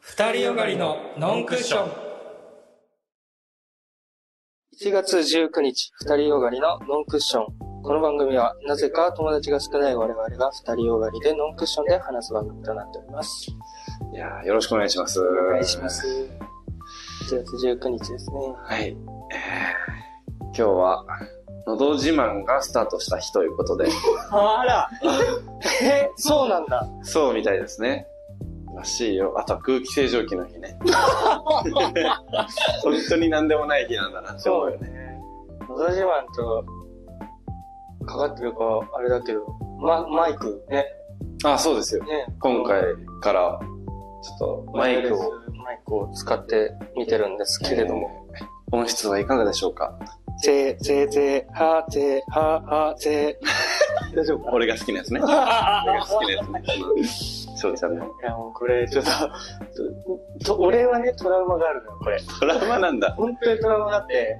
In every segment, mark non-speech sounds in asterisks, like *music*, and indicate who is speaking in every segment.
Speaker 1: 二人よがりのノンクッション。
Speaker 2: 1月19日、二人よがりのノンクッション。この番組は、なぜか友達が少ない我々が二人よがりでノンクッションで話す番組となっております。
Speaker 3: いやーよろしくお願いします。
Speaker 2: お願いしま。す。1月19日ですね。
Speaker 3: はい。えー今日は、のど自慢がスタートした日という *laughs* ことで、
Speaker 2: あらえ、そうなんだ。
Speaker 3: そうみたいですね。らしいよ。あとは空気清浄機の日ね。 *laughs* 本当に何でもない日なんだなって思うよね。
Speaker 2: のど自慢と、かかってるか、あれだけど、ま、マイクね。
Speaker 3: あ、そうですよ。
Speaker 2: ね
Speaker 3: 今回から、ちょっとマイクを。。
Speaker 2: マイクを使って見てるんですけれども。
Speaker 3: えー。音質はいかがでしょうか
Speaker 2: て、て、て、は、て、は、は、て。 *laughs* 大丈夫か
Speaker 3: 俺が好きなや *laughs* つね。俺が好きなやつね。翔ちゃんの。
Speaker 2: いや、もうこれ、ちょっと、とと俺はね、トラウマがあるのよ、これ。
Speaker 3: ドラマなんだ。
Speaker 2: 本当にトラウマがあって、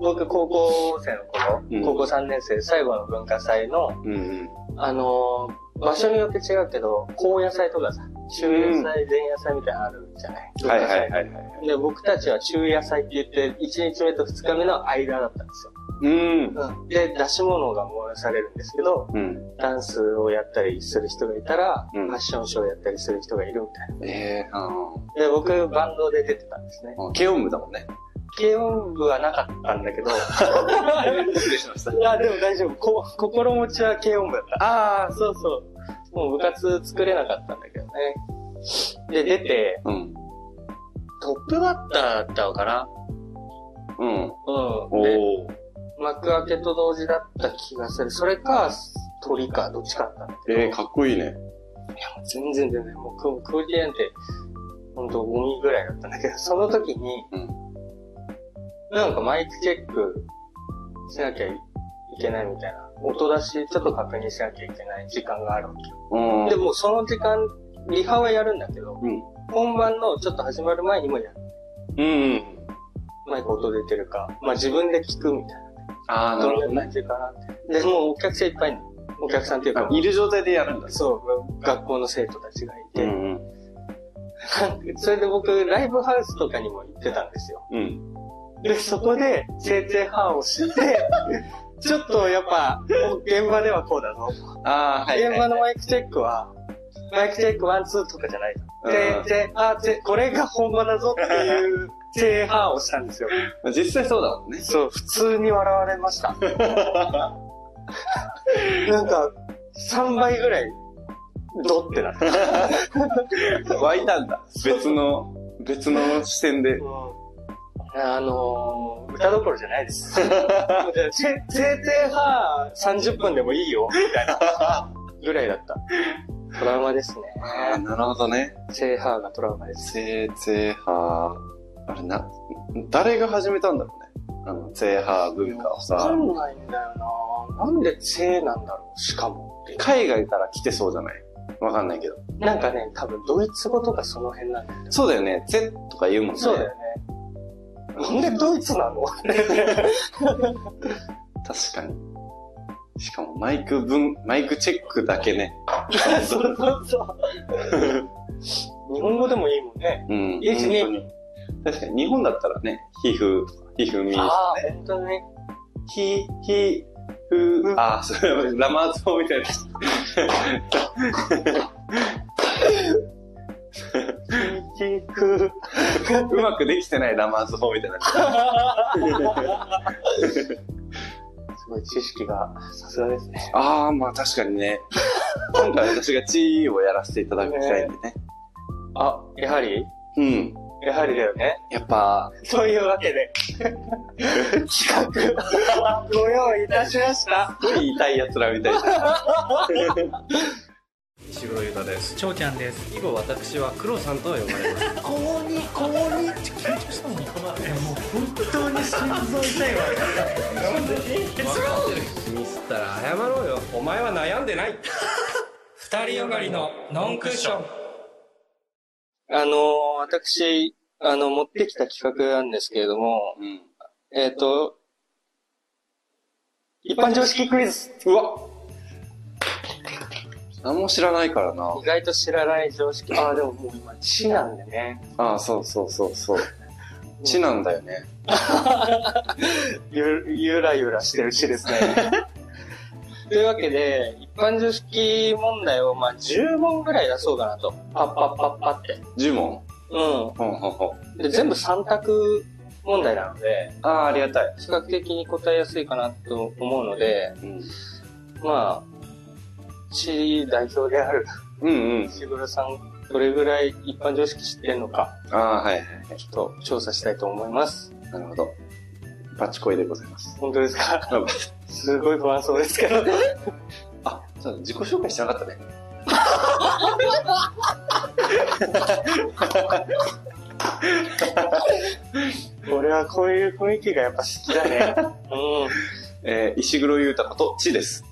Speaker 2: 僕、高校生の頃、
Speaker 3: うん
Speaker 2: 高校3年生、最後の文化祭の、
Speaker 3: うんうん。
Speaker 2: あのー場所によって違うけど、高野祭とかさ、中野祭、前夜祭みたいなのあるじゃない、
Speaker 3: はいはい
Speaker 2: い。
Speaker 3: はいはい。
Speaker 2: で、僕たちは中野祭って言って、1日目と2日目の間だったんですよ。
Speaker 3: うん。
Speaker 2: うん、で、出し物が燃やされるんですけど、
Speaker 3: うん。
Speaker 2: ダンスをやったりする人がいたら、
Speaker 3: うん
Speaker 2: ファッションショーをやったりする人がいるみたい
Speaker 3: ええー、あの
Speaker 2: な。で、僕、バンドで出てたんです *laughs* ね。
Speaker 3: ー、軽音部だもんね。
Speaker 2: 軽音部はなかったんだ *laughs* けど、
Speaker 3: 失礼しました。
Speaker 2: いや、でも大丈夫。こ心持ちは軽音部だった。ああ、そうそう。もう部活作れなかったんだけどね。で、出て、
Speaker 3: うん。
Speaker 2: トップバッターだったのかな
Speaker 3: うん。
Speaker 2: うん。で、
Speaker 3: おお。
Speaker 2: 幕開けと同時だった気がする。それか、鳥か、どっちかだったんだけど。
Speaker 3: ええー、かっこいいね。
Speaker 2: 全然全然、もうククオリティなんて、ほんとゴミぐらいだったんだけど、その時に、
Speaker 3: うん
Speaker 2: なんかマイクチェックしなきゃいけないみたいな、音出しちょっと確認しなきゃいけない時間があるわけ
Speaker 3: うん。
Speaker 2: で、もうその時間、リハはやるんだけど、
Speaker 3: うん
Speaker 2: 本番のちょっと始まる前にもやる。
Speaker 3: うん。
Speaker 2: マイク音出てるか、まあ自分で聞くみたい
Speaker 3: ああ、
Speaker 2: な。
Speaker 3: なるほ
Speaker 2: どんな感じかなって。で、もうお客さんいっぱいに、お客さんっていうか
Speaker 3: ど。、いる状態でやるんだ。
Speaker 2: そう、学校の生徒たちがいて、
Speaker 3: ん。
Speaker 2: *laughs* それで僕、ライブハウスとかにも行ってたんですよ。
Speaker 3: うん。
Speaker 2: で、そこで、正々派を
Speaker 3: *laughs*
Speaker 2: して、ちょっとやっぱ、現場ではこうだぞ。
Speaker 3: ああ、はい。
Speaker 2: 現場のマイクチェックは、マイクチェックワンツーとかじゃない。
Speaker 3: うん
Speaker 2: 正々派、正これが本場だぞっていう、正々派をしたんですよ。
Speaker 3: 実際そうだもんね。
Speaker 2: そう、普通に笑われま
Speaker 3: *laughs*
Speaker 2: した。なんか、3倍ぐらい、ドってなった。
Speaker 3: 湧いたんだ。別の、別の視点 *laughs* で。
Speaker 2: あのー、歌どころじゃない *laughs* です。せ、せいぜいは30分でもいいよ、みたいな、ぐらいだった。トラウマですね。
Speaker 3: ああ、なるほどね。
Speaker 2: せいはがトラウマです。
Speaker 3: せーぜーはー。あれな、誰が始めたんだろうね。あの、ぜーはー文化を
Speaker 2: わか
Speaker 3: さ。
Speaker 2: んないんだよななんでせいなんだろう、しかも。
Speaker 3: 海外から来てそうじゃないわかんないけど。
Speaker 2: なんかね、多分ドイツ語とかその辺なんだよ。
Speaker 3: そうだよね。ぜとか言うもんね。
Speaker 2: そうだよね。なんでドイツなの
Speaker 3: 確かに。しかもマイク分、マイクチェックだけね。
Speaker 2: そうそうそう。日本語でもいいもんね。
Speaker 3: うん。
Speaker 2: いいですね
Speaker 3: 本当に確かに日本だったらね、ひふ、ひふみ、
Speaker 2: ああ、本当にね。
Speaker 3: ひ、ひ、ふ、あ、それラマーズみたいな。
Speaker 2: ひふ。
Speaker 3: うまくできてないラマーズ法みたいな。
Speaker 2: すごい知識がさすがですね。
Speaker 3: ああ、まあ確かにね。今回私がチーをやらせていただきたいんでね。
Speaker 2: あ、やはり
Speaker 3: うん。
Speaker 2: やはりだよね。
Speaker 3: やっぱ、
Speaker 2: というわけで、企画、ご用意いたしました。
Speaker 3: すごい痛い奴らみたいな。石黒優太です。
Speaker 1: ちょうちゃんです。
Speaker 3: 以後私は黒さんとは呼ばれます。
Speaker 1: *laughs* 高に高にって緊張したもん。もう *laughs* 本当に心臓 *laughs* 痛いわ。 *laughs*
Speaker 3: ミスったら謝ろうよお前は悩んでない
Speaker 1: 二人よがりのノンクッション。
Speaker 2: あのー、私、あの、持ってきた企画なんですけれども、
Speaker 3: *laughs* うん
Speaker 2: えっ、と、一般常識クイズ。
Speaker 3: うわ何も知らないからな。
Speaker 2: 意外と知らない常識。ああ、でももう今、知なんでね。
Speaker 3: ああ、そうそうそうそう。知なんだよね。
Speaker 2: ゆ、ゆらゆらしてるしですね。
Speaker 3: *laughs*
Speaker 2: というわけで、一般常識問題をまあ10問ぐらい出そうかなと。パッパッパッパって。
Speaker 3: 呪文
Speaker 2: う
Speaker 3: ほんほんほん。
Speaker 2: ん。で、全部3択問題なので、
Speaker 3: ああ、ありがたい。
Speaker 2: 比較的に答えやすいかなと思うので、
Speaker 3: うん。
Speaker 2: まあ、市代表である
Speaker 3: うんうん。
Speaker 2: 石黒さん、どれぐらい一般常識知ってんのか、
Speaker 3: ああ、はい。
Speaker 2: ちょっと調査したいと思います。
Speaker 3: なるほど。バチコイでございます。
Speaker 2: 本当ですか
Speaker 3: うん
Speaker 2: すごい不安そうですけど。
Speaker 3: あ、そうだ、自己紹介してなかったね。
Speaker 2: 俺はこういう雰囲気がやっぱ好きだね。う
Speaker 3: えー、石黒裕太こと、ちです。
Speaker 2: ん。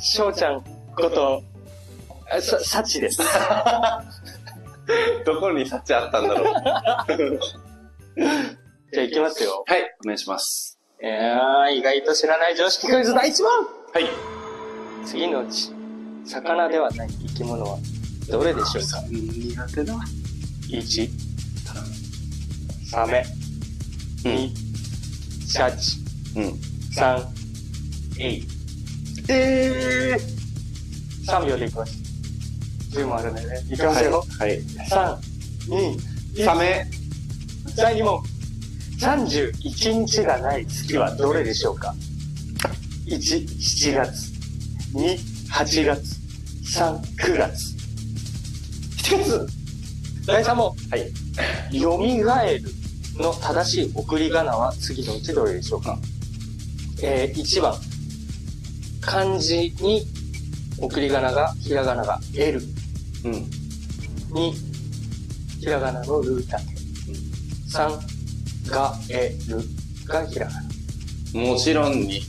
Speaker 2: 翔ちゃんこと、あさ、サチです。
Speaker 3: どこに幸あったんだ *laughs* ろう。
Speaker 2: じゃあ行きますよ。
Speaker 3: はい、お願いします。
Speaker 2: えー、意外と知らない常識クイズ第1問
Speaker 3: はい。
Speaker 2: 次のうち、魚ではない生き物はどれでしょうか
Speaker 3: 苦手だ。
Speaker 2: ?1、サメ、
Speaker 3: うん。
Speaker 2: シャチ、
Speaker 3: うん。
Speaker 2: 3、エイ。
Speaker 3: えー。
Speaker 2: 3秒でいきます。10問あるんでね。いきますよ。
Speaker 3: はい。
Speaker 2: 3、2、
Speaker 3: サメ。
Speaker 2: 第2問。31日がない月はどれでしょうか ?1、7月。2、8月。3、9月。7月第3問。
Speaker 3: はい。
Speaker 2: よみがえるの正しい送り仮名は次のうちどれでしょうか、えー、1番。漢字に送り仮名が、ひらがなが L。
Speaker 3: うん。
Speaker 2: 2、ひらがなのルータケ。3、が、え、る、がひらがな。
Speaker 3: もちろんに。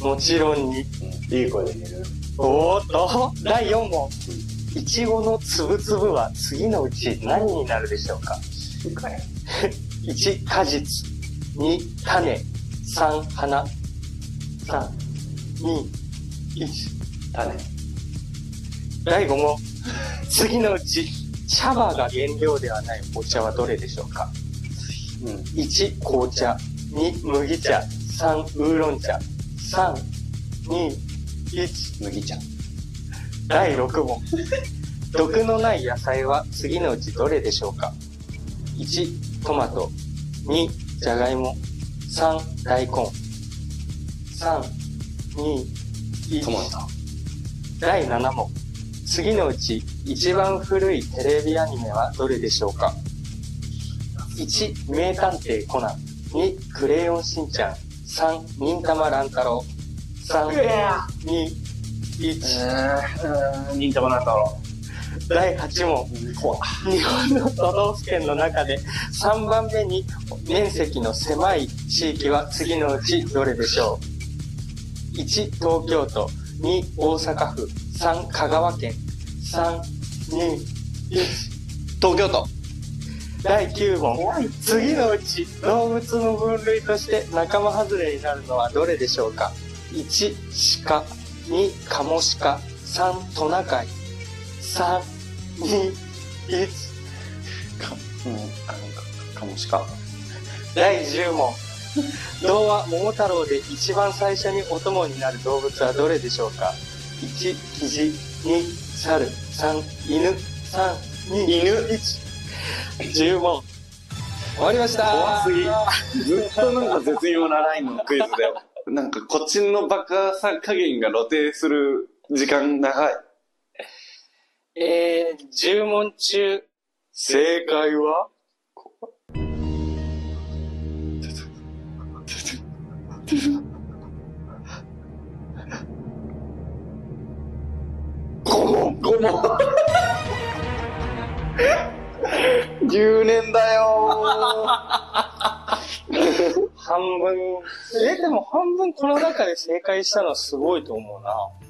Speaker 2: もちろんに。
Speaker 3: いい声で寝る。
Speaker 2: おーっと、第4問。いちごのつぶつぶは次のうち何になるでしょうか ?1、果実。2、種。3、花。3、2、1。
Speaker 3: 種。
Speaker 2: 第5問。次のうち、茶葉が原料ではないお茶はどれでしょうか
Speaker 3: うん。
Speaker 2: 1、紅茶。2、麦茶。3、ウーロン茶。3、2、1。
Speaker 3: 麦茶。
Speaker 2: 第6問。毒のない野菜は次のうちどれでしょうか ?1、トマト。2、じゃがいも。3、大根。3、2、1。
Speaker 3: トマト。
Speaker 2: 第7問。次のうち一番古いテレビアニメはどれでしょうか ?1、名探偵コナン。2、クレヨンしんちゃん。3、忍たま乱太郎。3、2、1。
Speaker 3: えー、忍たまなんだろ
Speaker 2: 第8問。
Speaker 3: う。怖っ。
Speaker 2: 日本の都道府県の中で3番目に面積の狭い地域は次のうちどれでしょう ?1、東京都。2、大阪府。3、香川県。3、2、1。
Speaker 3: 東京都。
Speaker 2: 第9問。次のうち動物の分類として仲間外れになるのはどれでしょうか ?1、鹿。2、カモシカ。3、トナカイ。3、2、1。
Speaker 3: か、うん、あの、か、かもしか。
Speaker 2: 第10問童話「桃太郎」で一番最初にお供になる動物はどれでしょうか1キジ2猿3犬3犬110問終わりました
Speaker 3: 怖すぎずっとなんか絶妙なラインのクイズだよ。 *laughs* なんかこっちのバカさ加減が露呈する時間長い。
Speaker 2: えー、10問中正解は
Speaker 3: ごもんごもん牛年だよ
Speaker 2: 半分えでも半分この中で正解したのはすごいと思うな
Speaker 3: ー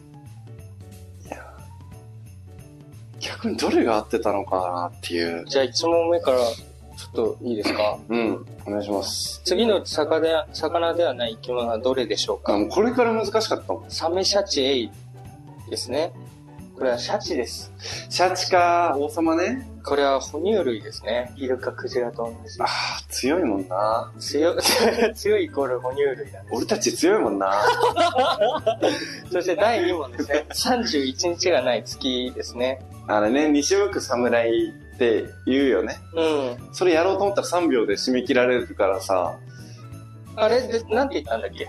Speaker 3: 逆にどれが合ってたのかなっていう。
Speaker 2: じゃあ1問目からちょっといいですか
Speaker 3: うん、お願いします。
Speaker 2: 次のうち魚で魚ではない生き物はどれでしょうか
Speaker 3: あ、もうこれから難しかったもん。
Speaker 2: サメシャチエイですね。これはシャチです。
Speaker 3: シャチか、王様ね。
Speaker 2: これは哺乳類ですね。イルカ、クジラと
Speaker 3: ああ、強いもんな。
Speaker 2: 同じ。強、 *laughs* 強いイコール哺乳類だね。
Speaker 3: 俺たち強いもんな。
Speaker 2: そして第2問ですね。31日がない月ですね。
Speaker 3: あれね、西向く侍って言うよね。
Speaker 2: うん。
Speaker 3: それやろうと思ったら3秒で締め切られるからさ、
Speaker 2: あれで、なんて言ったんだっけ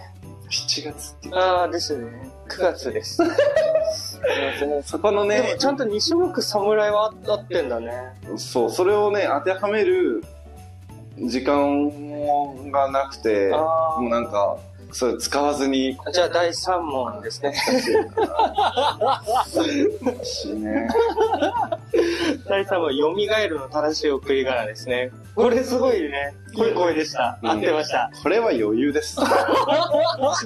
Speaker 3: 7月って。
Speaker 2: ああ、ですよね。9月です。 *laughs* すいません
Speaker 3: そこの
Speaker 2: でも
Speaker 3: ね
Speaker 2: ち、ゃんと西国侍は合ってんだね。
Speaker 3: そう、それをね、当てはめる時間がなくて、も
Speaker 2: あ
Speaker 3: うなんか、それ使わずに、
Speaker 2: あ。じゃあ第3問ですね。
Speaker 3: しね。
Speaker 2: *laughs* 第3問、蘇るの正しい送り仮名ですね。これすごいね。いい声でした。
Speaker 3: うん
Speaker 2: 合ってました。
Speaker 3: これは余裕です。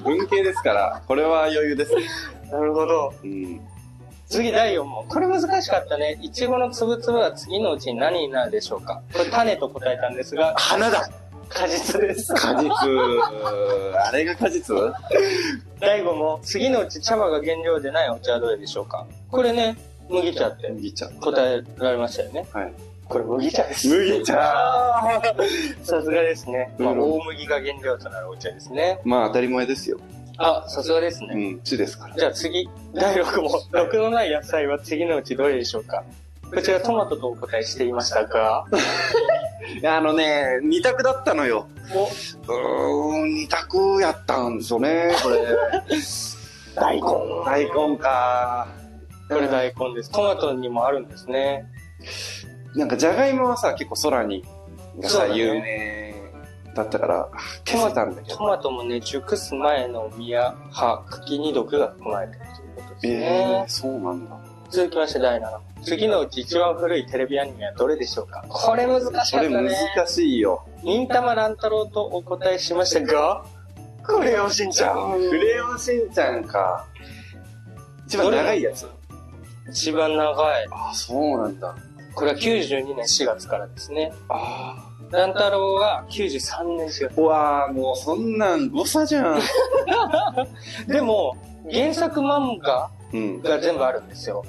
Speaker 3: 文系ですから、これは余裕です。
Speaker 2: なるほど。
Speaker 3: うん。
Speaker 2: 次第4問。これ難しかったね。いちごのつぶつぶは次のうちに何になるでしょうかこれ種と答えたんですが、
Speaker 3: 花だ
Speaker 2: 果実です。
Speaker 3: 果実、あれが果実
Speaker 2: 第5問。次のうち茶葉が原料でないお茶はどれでしょうかこれね、麦茶って
Speaker 3: 麦茶。
Speaker 2: 答えられましたよね。
Speaker 3: はい。
Speaker 2: これ麦茶です。
Speaker 3: 麦茶
Speaker 2: あー *laughs* さすがですね。まあ、
Speaker 3: うん
Speaker 2: 大麦が原料となるお茶ですね。
Speaker 3: まあ当たり前ですよ。
Speaker 2: あ、さすがです
Speaker 3: う
Speaker 2: ね。
Speaker 3: ん、地ですから。
Speaker 2: じゃあ次、第6問。 *laughs* 毒のない野菜は次のうちどれでしょうかこちらトマトとお答えしていましたが、
Speaker 3: いやあのね、二択だったのよ。
Speaker 2: お、
Speaker 3: うーん、二択やったんですよね、
Speaker 2: *laughs*
Speaker 3: これ。
Speaker 2: 大根。
Speaker 3: 大根か。
Speaker 2: これ大根です。トマトにもあるんですね。
Speaker 3: なんかじゃがいもはさ、結構空に、が
Speaker 2: そう
Speaker 3: さ、
Speaker 2: だね
Speaker 3: 有名だったから、消せたんだけ
Speaker 2: ト
Speaker 3: ど。
Speaker 2: マトもね、熟す前の実や葉、茎に毒が含まれているということです
Speaker 3: え
Speaker 2: ね
Speaker 3: ー、。そうなんだ。
Speaker 2: 続きまして第7問。次のうち一番古いテレビアニメはどれでしょうかこれ難しかった
Speaker 3: それ
Speaker 2: ね。
Speaker 3: 難しいよ。
Speaker 2: 忍たま乱太郎とお答えしましたが、クレヨンしんちゃん。
Speaker 3: クレヨンしんちゃんか。一番長いやつ。
Speaker 2: 一番長い。
Speaker 3: あ、そうなんだ。
Speaker 2: これは92年4月からですね。
Speaker 3: あ
Speaker 2: 乱太郎は93年4
Speaker 3: あ。うわあ、もうそんなん誤差じ
Speaker 2: *laughs*
Speaker 3: ゃん。
Speaker 2: 月。でも、原作漫画
Speaker 3: うん。
Speaker 2: が全部あるんですよ。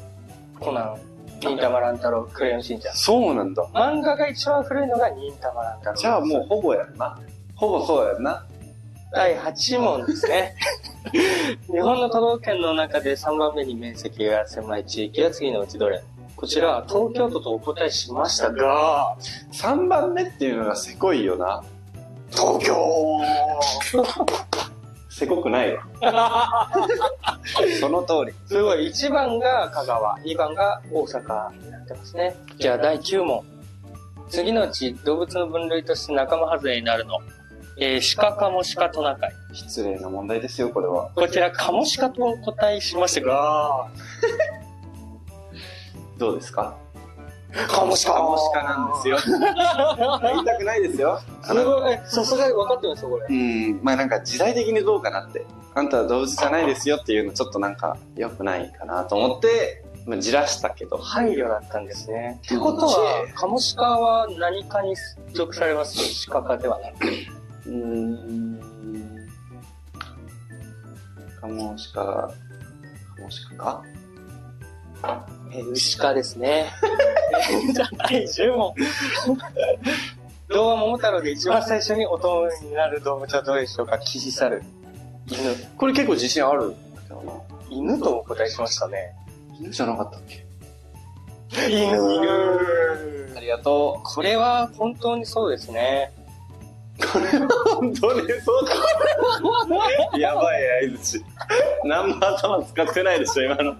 Speaker 2: コナン、忍たま乱太郎、クレヨンしんちゃん。
Speaker 3: そうなんだ。
Speaker 2: 漫画が一番古いのが忍たま乱太郎。
Speaker 3: じゃあもうほぼやんな。ほぼそうやんな。
Speaker 2: 第8問です *laughs* ね。日本の都道府県の中で3番目に面積が狭い地域は次のうちどれこちらは東京都とお答えしましたが、
Speaker 3: 3番目っていうのがせこいよな。
Speaker 2: 東京
Speaker 3: *laughs* せこくないわ。その通り。
Speaker 2: すごい、1番が香川、2番が大阪になってますね。じゃあ第9問。次のうち動物の分類として仲間外れになるの。えー、鹿かも鹿トナカイ。
Speaker 3: 失礼な問題ですよ、これは。
Speaker 2: こちら、カモシカとお答えしましたが、
Speaker 3: どうですか
Speaker 2: カモシカ
Speaker 3: カモシカなんですよ。言いたくないですよ。
Speaker 2: すごい、えさすがに分かってますよ、これ。
Speaker 3: うん、まあなんか時代的にどうかなって。あんたは動物じゃないですよっていうのちょっとなんか良くないかなと思って、まあ、じらしたけど。
Speaker 2: 配慮だったんですね。っ
Speaker 3: って
Speaker 2: ことは、、カモシカは何かに属されます鹿かではない。
Speaker 3: うーん。カモシカ、カモシカか
Speaker 2: えー、牛かですね。 *laughs* じゃあ、第10問。童話桃太郎で一番最初に大人になる動物はどうでしょうかキジサル。犬。
Speaker 3: これ結構自信あるんだけどな。
Speaker 2: 犬とお答えしましたね。
Speaker 3: 犬じゃなかったっけ
Speaker 2: 犬。
Speaker 3: ありがと
Speaker 2: これは本当にそうです *laughs* ね。
Speaker 3: う。本当にそうだ。やばい相槌。何も頭使ってないでしょ、今の。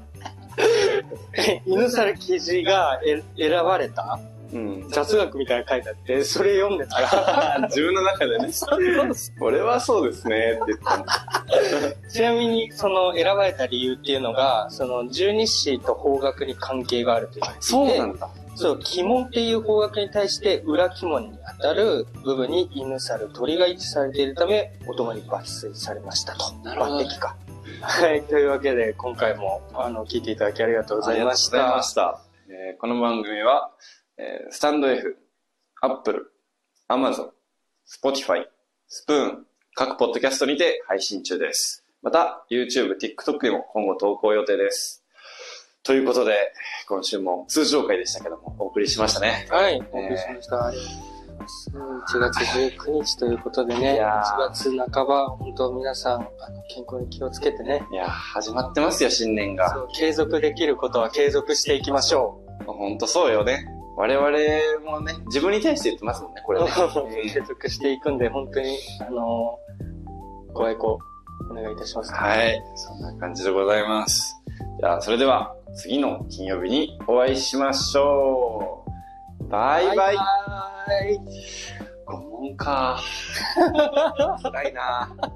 Speaker 2: 犬猿記事がえ選ばれた
Speaker 3: うん。
Speaker 2: 雑学みたいなの書いてあって、それ読んでたら。
Speaker 3: 自分の中 *laughs* でね、これはそうですねって言ったの
Speaker 2: ちなみに、その選ばれた理由っていうのが、その十二支と方角に関係があるという。
Speaker 3: んだ。
Speaker 2: そう、鬼門っていう方角に対して裏鬼門に当たる部分に犬猿鳥が位置されているため、お供に抜粋されましたと。
Speaker 3: なるほど
Speaker 2: 抜擢か。はい、というわけで、今回も、あの、聞いていただきありがとうございました。
Speaker 3: ありがとうございました。えーこの番組は、えースタンド F、アップル、アマゾン、スポティファイ、スプーン、各ポッドキャストにて配信中です。また、YouTube、TikTok にも今後投稿予定です。ということで、今週も通常回でしたけども、お送りしましたね。
Speaker 2: はい、お送りしました。ありがとうございます1月19日ということで
Speaker 3: い
Speaker 2: ね、
Speaker 3: や
Speaker 2: 1
Speaker 3: ー
Speaker 2: 月半ば、本当皆さん、あの健康に気をつけてね、
Speaker 3: いやー、始まってますよ、新年
Speaker 2: そ
Speaker 3: が。
Speaker 2: う継続できることは継続していきましょう。
Speaker 3: ほんとそうよね。我々もね、自分に対して言ってますもんね、これね。
Speaker 2: *laughs* 継続していくんで、本当に、あのーご愛顧、お願いいたします。
Speaker 3: はい。そんな感じでございます。じゃあ、それでは、次の金曜日にお会いしましょう。バイバイ。
Speaker 2: バイバイ
Speaker 3: 5問か。辛いなぁ